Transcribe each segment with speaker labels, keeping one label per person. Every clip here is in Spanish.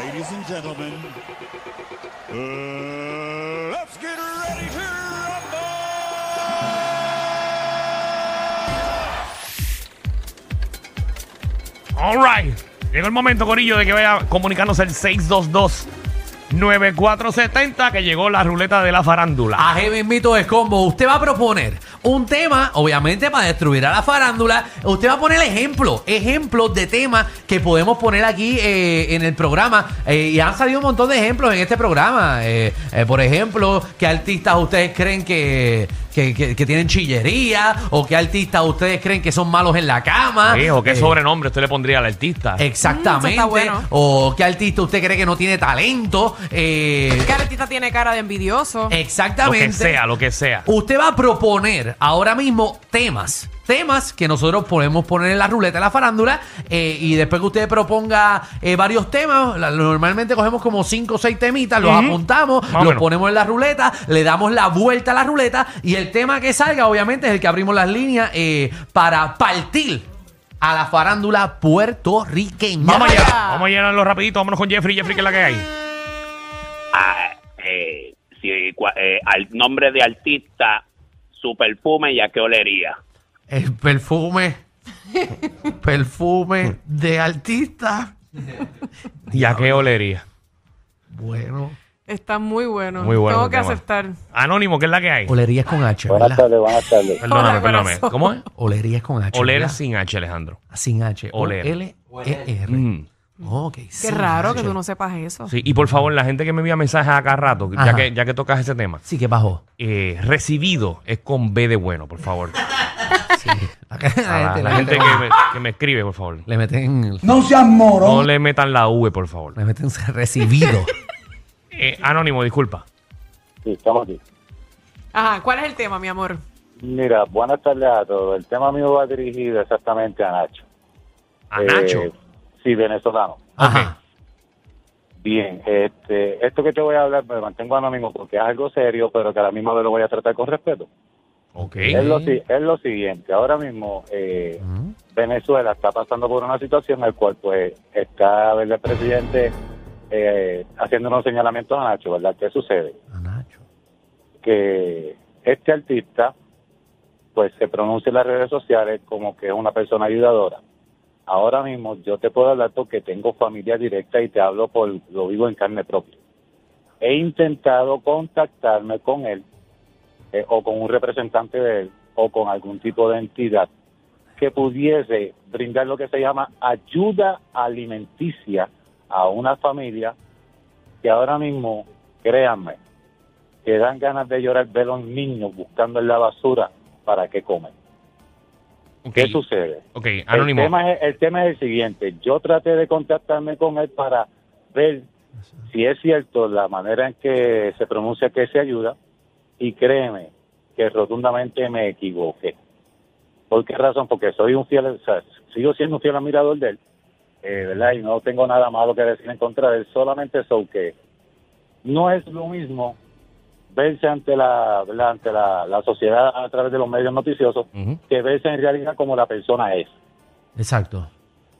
Speaker 1: ladies and gentlemen, uh, let's get ready to rumble!
Speaker 2: Alright. Llegó el momento, Corillo, de que vaya comunicándose el 622-9470, que llegó la ruleta de la farándula.
Speaker 3: Aje mismito es combo. Usted va a proponer un tema, obviamente, para destruir a la farándula. Usted va a poner ejemplos, ejemplos de temas que podemos poner aquí eh, en el programa. Eh, y han salido un montón de ejemplos en este programa. Eh, eh, por ejemplo, ¿qué artistas ustedes creen que, que, que- que tienen chillería? ¿O qué artistas ustedes creen que son malos en la cama?
Speaker 2: Hijo, ¿qué
Speaker 3: Eh,
Speaker 2: sobrenombre usted le pondría al artista?
Speaker 4: Mm, eso
Speaker 3: Exactamente.
Speaker 4: está bueno.
Speaker 3: ¿O qué artista usted cree que no tiene talento? Eh,
Speaker 4: ¿Qué artista tiene cara de envidioso?
Speaker 2: Eh. lo
Speaker 3: exactamente.
Speaker 2: que sea, lo que sea.
Speaker 3: Usted va a proponer ahora mismo temas. Temas que nosotros podemos poner en la ruleta, en la farándula, eh, y después que usted proponga eh, varios temas, la- normalmente cogemos como cinco o seis temitas, los
Speaker 2: Ujú.
Speaker 3: apuntamos,
Speaker 2: Más o
Speaker 3: los
Speaker 2: menos.
Speaker 3: ponemos en la ruleta, le damos la vuelta a la ruleta, y el tema que salga, obviamente, es el que abrimos las líneas eh, para partir a la farándula puertorriqueña.
Speaker 2: Vamos allá,
Speaker 4: Ya.
Speaker 2: vamos a llenarlo rapidito, vámonos con Jeffrey, Jeffrey, que es la que hay.
Speaker 5: a, eh, si, cua- eh, al nombre de artista, su perfume y a qué olería.
Speaker 3: El perfume. perfume de artista.
Speaker 2: ¿Y a qué olería?
Speaker 3: Bueno.
Speaker 4: Está muy bueno.
Speaker 2: Muy bueno
Speaker 4: Tengo
Speaker 2: ese
Speaker 4: que
Speaker 2: tema.
Speaker 4: aceptar.
Speaker 2: Anónimo, que es la que hay.
Speaker 3: Eh, Olerías con H,
Speaker 6: Buenas
Speaker 3: ¿verdad?
Speaker 6: tardes, buenas tardes.
Speaker 2: Perdóname,
Speaker 4: Hola,
Speaker 2: perdóname.
Speaker 4: corazón.
Speaker 2: ¿Cómo es?
Speaker 3: Olerías con H.
Speaker 2: Oler
Speaker 3: ¿verdad?
Speaker 2: sin H, Alejandro.
Speaker 3: Sin H.
Speaker 2: Oler.
Speaker 3: O-L-E-R.
Speaker 2: Mm.
Speaker 3: Ok.
Speaker 4: Qué raro que tú no sepas eso.
Speaker 2: Sí, y por favor, la gente que me envía mensajes acá rato, ya
Speaker 3: Ajá.
Speaker 2: que, ya que tocas ese tema,
Speaker 3: Sí, que bajó.
Speaker 2: eh, recibido es con B de bueno, por favor.
Speaker 3: La, gente-
Speaker 2: A la, la
Speaker 3: la
Speaker 2: gente
Speaker 3: gente-
Speaker 2: que me, que me escribe, por favor.
Speaker 3: Le meten.
Speaker 6: No seas moro.
Speaker 2: No le metan la V, por favor.
Speaker 3: Le meten recibido.
Speaker 2: Eh, anónimo, disculpa.
Speaker 6: Sí, estamos aquí.
Speaker 4: Ajá, ¿cuál es el tema, mi amor?
Speaker 6: Mira, buenas tardes a todos. El tema mío va dirigido exactamente a Nacho.
Speaker 2: A
Speaker 6: Eh,
Speaker 2: Nacho.
Speaker 6: Sí, venezolano.
Speaker 3: Ajá.
Speaker 6: Bien, este, esto que te voy a hablar me mantengo anónimo porque es algo serio, pero que a la misma vez lo voy a tratar con respeto.
Speaker 2: Ok.
Speaker 6: Es, lo, si- es lo siguiente, ahora mismo eh,
Speaker 3: Mm.
Speaker 6: Venezuela está pasando por una situación en la cual pues está ¿verdad? el presidente eh, haciendo unos señalamientos a Nacho, ¿verdad? ¿Qué sucede?
Speaker 3: A Nacho.
Speaker 6: que este artista pues se pronuncia en las redes sociales como que es una persona ayudadora. Ahora mismo yo te puedo hablar porque tengo familia directa y te hablo por lo vivo en carne propia. He intentado contactarme con él eh, o con un representante de él o con algún tipo de entidad que pudiese brindar lo que se llama ayuda alimenticia a una familia que ahora mismo, créanme, que dan ganas de llorar ver a los niños buscando en la basura para qué comen.
Speaker 2: Ok.
Speaker 6: ¿Qué sucede?
Speaker 2: Ok, anónimo.
Speaker 6: El, tema es, el tema es el siguiente. Yo traté de contactarme con él para ver si es cierto la manera en que se pronuncia que se ayuda y créeme que rotundamente me equivoqué. ¿Por qué razón? Porque soy un fiel, o sea, sigo siendo un fiel admirador de él, eh, ¿verdad? Y no tengo nada malo que decir en contra de él, solamente eso que no es lo mismo verse ante la, ¿verdad? ante la, la sociedad a través de los medios noticiosos
Speaker 2: Ujú.
Speaker 6: que verse en realidad como la persona es.
Speaker 3: Exacto.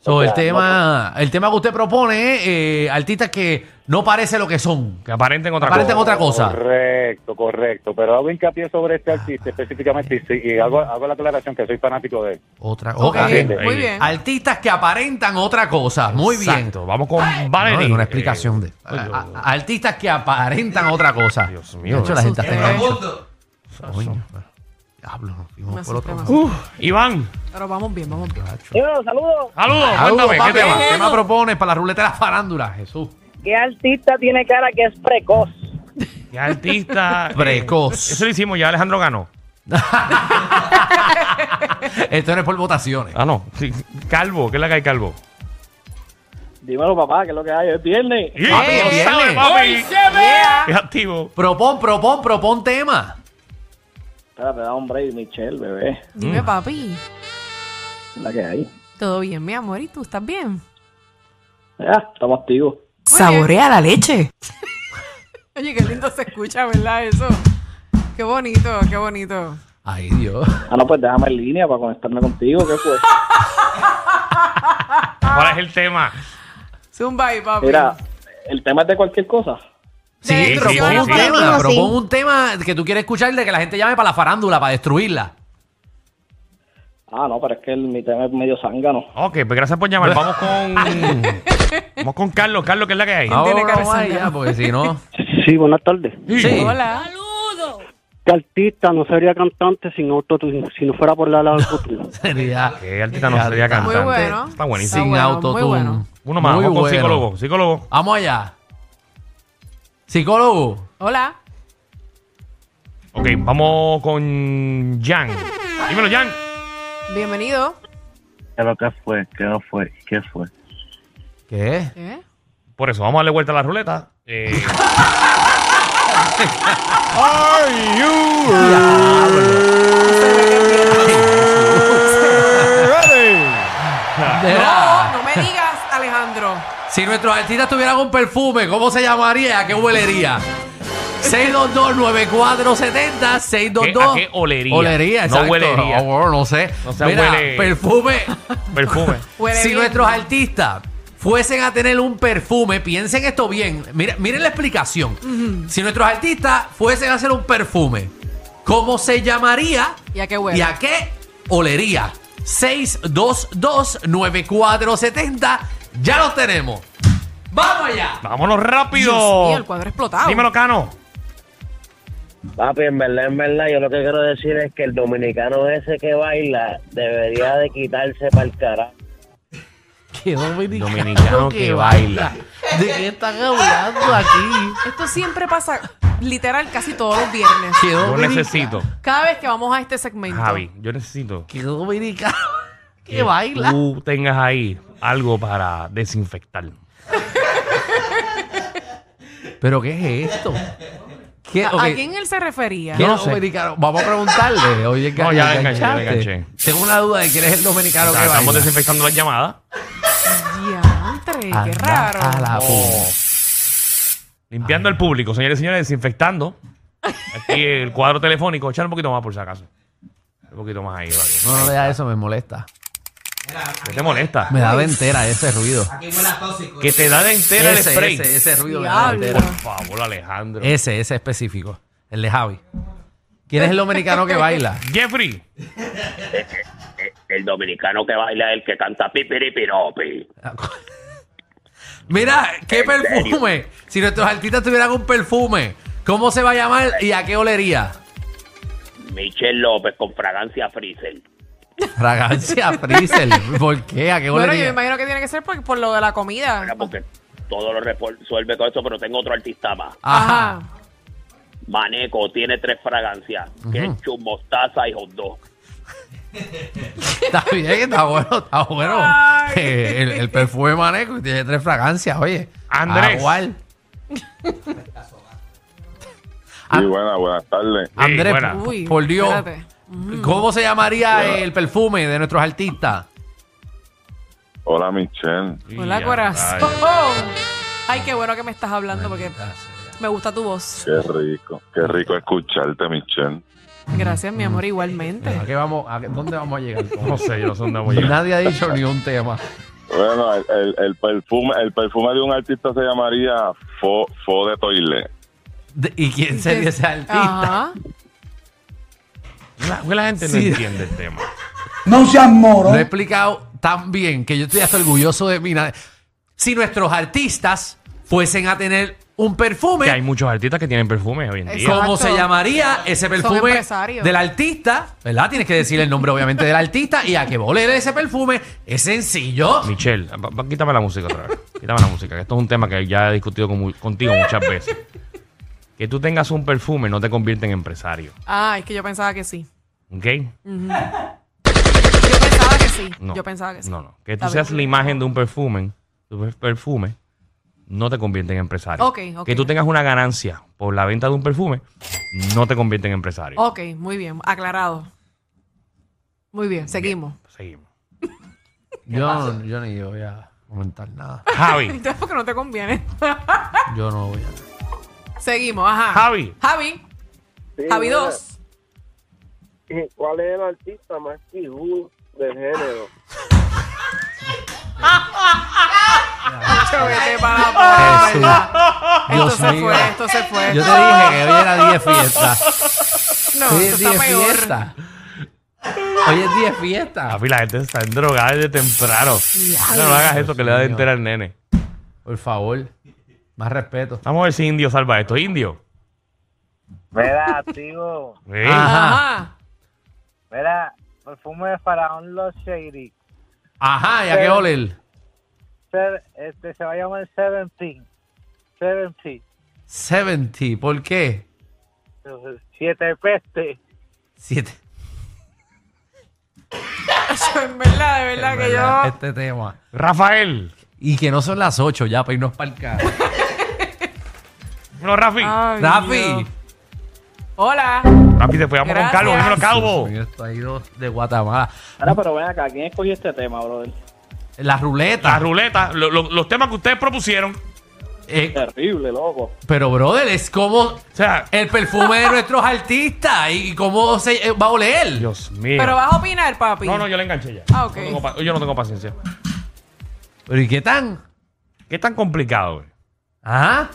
Speaker 3: So,
Speaker 6: O sea,
Speaker 3: el, tema, el tema que usted propone es eh, artistas que no parece lo que son.
Speaker 2: Que aparenten otra
Speaker 3: Aparenten
Speaker 2: cosa.
Speaker 3: otra cosa.
Speaker 6: Correcto, correcto. Pero hago hincapié sobre este artista específicamente y, sí- y hago, hago la aclaración que soy fanático de él.
Speaker 3: Otra
Speaker 4: Ok,
Speaker 3: cosa.
Speaker 6: Atiende.
Speaker 4: muy
Speaker 2: Ahí.
Speaker 4: bien.
Speaker 3: Artistas que aparentan otra cosa. Muy bien.
Speaker 2: Exacto. Vamos con Valerie.
Speaker 3: No, es una explicación de
Speaker 2: Eh, ay, Dios,
Speaker 3: a- a- artistas que aparentan otra cosa.
Speaker 2: Dios mío,
Speaker 3: De hecho, la
Speaker 4: me
Speaker 3: gente está
Speaker 4: asusté.
Speaker 3: enganchada. Coño, pero- Diablo, nos fuimos
Speaker 4: Me
Speaker 3: por otro
Speaker 4: asusté,
Speaker 3: lado.
Speaker 2: Uf, Iván,
Speaker 4: Pero vamos bien, vamos bien.
Speaker 7: saludos.
Speaker 2: saludos.
Speaker 3: Saludos,
Speaker 2: Eh, Cuéntame,
Speaker 3: papi.
Speaker 2: ¿qué tema?
Speaker 3: ¿Qué tema propones para la ruleta de la farándula, Jesús?
Speaker 7: ¿Qué artista tiene cara que es precoz?
Speaker 2: ¿Qué artista? eh,
Speaker 3: Precoz.
Speaker 2: eso lo hicimos ya, Alejandro ganó.
Speaker 3: Esto no es por votaciones.
Speaker 2: Ah, no. Sí, Calvo, ¿qué es la que hay, Calvo?
Speaker 7: Dímelo, papá, que es lo que hay, es viernes.
Speaker 2: Papi,
Speaker 3: hoy Ah, viene.
Speaker 2: sabe, papi.
Speaker 4: Yeah.
Speaker 2: Es activo.
Speaker 3: Propon, propon, propon tema.
Speaker 7: Espérate, da un break, Michelle, bebé.
Speaker 2: Mm.
Speaker 4: Dime, papi.
Speaker 7: La que hay.
Speaker 4: ¿Todo bien, mi amor? ¿Y tú estás bien?
Speaker 7: Ya, estamos activos.
Speaker 4: Saborea la leche. Oye, qué lindo se escucha, ¿verdad? Eso. Qué bonito, qué bonito.
Speaker 3: Ay, Dios.
Speaker 7: Ah, no, pues déjame en línea para conectarme contigo, ¿qué fue?
Speaker 2: ¿Cuál es el tema?
Speaker 4: Zumba y papi.
Speaker 7: Mira, el tema es de cualquier cosa.
Speaker 2: Sí,
Speaker 4: De
Speaker 2: sí,
Speaker 4: propone
Speaker 2: sí,
Speaker 4: un
Speaker 2: sí.
Speaker 4: tema.
Speaker 8: Mismo, sí.
Speaker 3: propon un tema que tú quieres escuchar de que la gente llame para la farándula, para destruirla.
Speaker 7: Ah, no, pero es que el- mi tema es medio zángano.
Speaker 2: Ok, pues gracias por llamar. Vamos con. Vamos con Carlos. Carlos, ¿qué es la que hay?
Speaker 4: Ah, tiene cara de
Speaker 3: vamos
Speaker 4: sangre?
Speaker 3: allá, porque si no.
Speaker 9: Sí, buenas tardes.
Speaker 3: Sí.
Speaker 4: Hola.
Speaker 9: ¿Qué artista no sería cantante sin autotune si no fuera por la autotune?
Speaker 3: Sería.
Speaker 2: Qué artista
Speaker 3: Eh,
Speaker 2: no sería
Speaker 4: Muy
Speaker 2: cantante.
Speaker 4: bueno.
Speaker 2: Está buenísimo.
Speaker 3: Sin
Speaker 4: Ah, bueno,
Speaker 3: autotune.
Speaker 4: muy bueno.
Speaker 2: Uno más,
Speaker 3: Muy
Speaker 2: vamos con
Speaker 3: bueno.
Speaker 2: psicólogo. Psicólogo.
Speaker 3: Vamos allá. Psicólogo.
Speaker 4: Hola.
Speaker 2: Ok, vamos con Jan. Dímelo, Jan.
Speaker 4: Bienvenido.
Speaker 6: ¿Qué lo que fue? ¿Qué lo fue? ¿Qué fue?
Speaker 3: ¿Qué?
Speaker 4: ¿Qué?
Speaker 2: Por eso, vamos a darle vuelta a la ruleta. Eh,
Speaker 1: Are you ready?
Speaker 3: Era-
Speaker 4: No, no me digas, Alejandro.
Speaker 3: Si nuestros artistas tuvieran un perfume, ¿cómo se llamaría? ¿A qué huelería? 622-9470, 622.
Speaker 2: ¿A qué- a qué olería?
Speaker 3: Olería,
Speaker 2: No
Speaker 3: exacto.
Speaker 2: huelería.
Speaker 3: No, bueno, no sé.
Speaker 2: No se
Speaker 3: Mira,
Speaker 2: huele-
Speaker 3: perfume.
Speaker 2: perfume.
Speaker 4: Huele
Speaker 3: si
Speaker 4: bien.
Speaker 3: nuestros artistas fuesen a tener un perfume, piensen esto bien. Miren, miren la explicación. Si nuestros artistas fuesen a hacer un perfume, ¿cómo se llamaría?
Speaker 4: ¿Y a qué huele?
Speaker 3: ¿Y a qué olería? 622-9470. Ya los tenemos. ¡Vamos allá!
Speaker 2: Vámonos rápido.
Speaker 4: Dios mío, el cuadro explotado.
Speaker 2: Dímelo, Cano.
Speaker 10: Papi, en verdad, en verdad, yo lo que quiero decir es que el dominicano ese que baila debería de quitarse para el carajo.
Speaker 3: ¡Qué dominicano,
Speaker 2: Dominicano que baila.
Speaker 3: ¿De qué están hablando aquí?
Speaker 4: Esto siempre pasa, literal, casi todos los viernes.
Speaker 3: ¡Qué
Speaker 2: Yo
Speaker 3: dominicano!
Speaker 2: necesito.
Speaker 4: Cada vez que vamos a este segmento.
Speaker 2: Javi, yo necesito.
Speaker 3: ¡Qué dominicano! ¡Qué baila!
Speaker 2: Tú tengas ahí algo para desinfectar.
Speaker 3: ¿Pero qué es esto? ¿Qué,
Speaker 4: ¿A,
Speaker 3: ok,
Speaker 4: a quién él se refería?
Speaker 3: ¿qué
Speaker 2: No
Speaker 3: es
Speaker 2: sé.
Speaker 3: dominicano? Vamos a preguntarle. Oye,
Speaker 2: No, ya
Speaker 3: ¿enganchaste?
Speaker 2: enganché, ya enganché.
Speaker 3: Tengo una duda de quién es el dominicano que
Speaker 2: estamos
Speaker 3: baila.
Speaker 2: desinfectando las llamadas.
Speaker 4: Diantre, qué
Speaker 3: Anda
Speaker 4: raro.
Speaker 3: a
Speaker 2: Oh.
Speaker 3: la pu-
Speaker 2: Limpiando el público, señores y señores, desinfectando. Aquí el cuadro telefónico. Echar un poquito más por si acaso. Un poquito más ahí, vale.
Speaker 3: No, no, ya eso me molesta.
Speaker 2: ¿Qué te molesta?
Speaker 3: Me da ventera ese ruido.
Speaker 2: Que te da de entera el
Speaker 3: Ese,
Speaker 2: spray.
Speaker 3: ese, ese ruido me da
Speaker 4: Diablo.
Speaker 3: ventera.
Speaker 2: Por favor, Alejandro.
Speaker 3: Ese, ese específico. El de Javi. ¿Quién es el dominicano que baila?
Speaker 2: Jeffrey.
Speaker 5: Eh, El dominicano que baila es el que canta pipiripiropi.
Speaker 3: Mira, qué
Speaker 5: ¿En serio?
Speaker 3: perfume. Si nuestros artistas tuvieran un perfume, ¿cómo se va a llamar y a qué olería?
Speaker 5: Michelle López con fragancia freezer.
Speaker 3: Fragancia Freezer. ¿Por qué? ¿A qué
Speaker 4: Bueno, yo me
Speaker 3: olería?
Speaker 4: imagino que tiene que ser por, por lo de la comida.
Speaker 5: Era porque todo lo resuelve con eso, pero tengo otro artista más.
Speaker 3: Ajá.
Speaker 4: Ajá.
Speaker 5: Maneco tiene tres fragancias: ketchup, mostaza y hot dog.
Speaker 3: Está bien, está bueno, está bueno.
Speaker 4: Ay.
Speaker 3: Eh, El, el perfume maneco y tiene tres fragancias, oye. Ah,
Speaker 2: Andrés.
Speaker 3: Igual.
Speaker 11: Sí, buenas, buenas tardes.
Speaker 2: Sí,
Speaker 3: Andrés,
Speaker 2: buena.
Speaker 3: p-
Speaker 4: Uy,
Speaker 3: por Dios.
Speaker 4: espérate. Mm.
Speaker 3: ¿Cómo se llamaría el perfume de nuestros artistas?
Speaker 11: Hola, Michelle.
Speaker 4: Hola,
Speaker 2: Ya,
Speaker 4: corazón.
Speaker 2: ay.
Speaker 4: Ay, qué bueno que me estás hablando porque me gusta tu voz.
Speaker 11: Qué rico, qué rico escucharte, Michelle.
Speaker 4: Gracias, mi amor, igualmente.
Speaker 3: ¿A qué vamos, a qué- ¿Dónde vamos a llegar?
Speaker 2: No sé, yo no sé dónde voy a llegar.
Speaker 3: Nadie ha dicho ni un tema.
Speaker 11: Bueno, el, el- el perfume el perfume de un artista se llamaría Fo, Fo de Toile.
Speaker 3: De- ¿Y quién sería ese artista?
Speaker 4: Ajá.
Speaker 2: La, la gente
Speaker 3: Sí.
Speaker 2: no entiende el tema.
Speaker 1: No seas moro.
Speaker 3: Lo he explicado tan bien que yo estoy hasta orgulloso de mí. Nad- Si nuestros artistas fuesen a tener un
Speaker 2: Que hay
Speaker 3: perfume,
Speaker 2: muchos artistas que tienen perfume hoy en día.
Speaker 4: Exacto.
Speaker 3: ¿cómo se llamaría ese perfume
Speaker 4: empresarios.
Speaker 3: del artista? ¿Verdad? Tienes que decir el nombre, obviamente, del artista y a qué volver ese perfume. Es sencillo.
Speaker 2: Michelle, pa- pa- quítame la música otra vez. Quítame la música, que esto es un tema que ya he discutido con mu- contigo muchas veces. Que tú tengas un perfume no te convierte en empresario.
Speaker 4: Ah, es que yo pensaba que sí.
Speaker 2: ¿Ok?
Speaker 4: Yo pensaba que sí.
Speaker 2: No.
Speaker 4: Yo pensaba que sí.
Speaker 2: No, no. Que tú
Speaker 4: Está
Speaker 2: seas
Speaker 4: bien.
Speaker 2: la imagen de un perfume, tu per- perfume, no te convierte en empresario.
Speaker 4: Ok, ok.
Speaker 2: Que tú tengas una ganancia por la venta de un perfume, no te convierte en empresario.
Speaker 4: Ok, muy bien. Aclarado. Muy bien, seguimos.
Speaker 2: Seguimos.
Speaker 3: Yo, yo ni voy a comentar nada.
Speaker 2: Javi.
Speaker 4: Entonces, porque no te conviene.
Speaker 3: Yo no voy a.
Speaker 4: seguimos, ajá.
Speaker 2: Javi.
Speaker 4: Javi. Javi 2.
Speaker 10: ¿Cuál es el artista más quijú del género?
Speaker 4: Chacho, vete para la
Speaker 3: Jesús.
Speaker 4: puerta. Esto
Speaker 3: Dios
Speaker 4: se
Speaker 3: mío.
Speaker 4: fue, esto se fue.
Speaker 3: Yo te dije que hoy era 10 fiestas.
Speaker 4: No,
Speaker 3: hoy
Speaker 4: esto
Speaker 3: es 10
Speaker 4: está peor.
Speaker 3: fiestas. Hoy es 10 fiestas.
Speaker 2: Papi, la gente está en drogada desde temprano. No, no hagas eso que le da de
Speaker 3: Dios mío.
Speaker 2: entera al nene.
Speaker 3: Por favor. Más respeto.
Speaker 2: Vamos a ver si Indio salva esto. Indio.
Speaker 10: Mira, tío.
Speaker 2: ¿Eh?
Speaker 4: Ah.
Speaker 3: Ajá.
Speaker 4: Ajá.
Speaker 10: Mira, perfume de faraón Los Shady.
Speaker 3: Ajá, ya que oler.
Speaker 10: Se- Este se va a llamar Seventeen. Seventeen.
Speaker 3: 70. ¿Por qué?
Speaker 10: Siete peste.
Speaker 3: 7.
Speaker 4: Chacho, en verdad, de verdad que yo.
Speaker 3: Este tema.
Speaker 2: Rafael.
Speaker 3: Y que no son las 8 ya para irnos para el carro.
Speaker 2: No, Rafi.
Speaker 4: Ay,
Speaker 3: Rafi.
Speaker 4: Dios. Hola.
Speaker 2: Rafi, te fue. Vamos con
Speaker 4: Gracias.
Speaker 2: Calvo. Dímelo, Calvo.
Speaker 3: Dios mío, Esto ha ido de Guatemala.
Speaker 7: Ahora, pero ven acá, ¿quién escogió este tema, brother?
Speaker 3: La ruleta.
Speaker 2: La ruleta. lo- lo- los temas que ustedes propusieron.
Speaker 3: Eh,
Speaker 7: Terrible, loco.
Speaker 3: pero, brother, es como
Speaker 2: O sea,
Speaker 4: Eh.
Speaker 3: el perfume de nuestros artistas y cómo se eh, va a oler.
Speaker 2: Dios mío.
Speaker 4: Pero vas a opinar, papi.
Speaker 2: No, no, yo le enganché ya.
Speaker 4: Ah, ok.
Speaker 2: No tengo pa- yo no tengo paciencia.
Speaker 3: Pero, ¿y qué tan?
Speaker 2: ¿Qué tan complicado, güey?
Speaker 3: Ajá.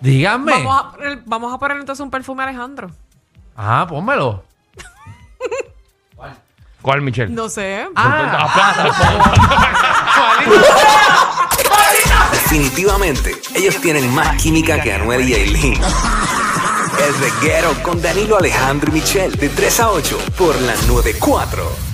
Speaker 3: Díganme.
Speaker 4: Vamos a, poner- vamos a poner entonces un perfume a Alejandro.
Speaker 3: Ajá, Ah, pónmelo.
Speaker 2: ¿Cuál, Michelle?
Speaker 4: No sé.
Speaker 3: Ah,
Speaker 8: Definitivamente, ellos tienen más química que Anuel y Aileen. El reguero con Danilo Alejandro y Michel de 3 a 8 por la 94. 4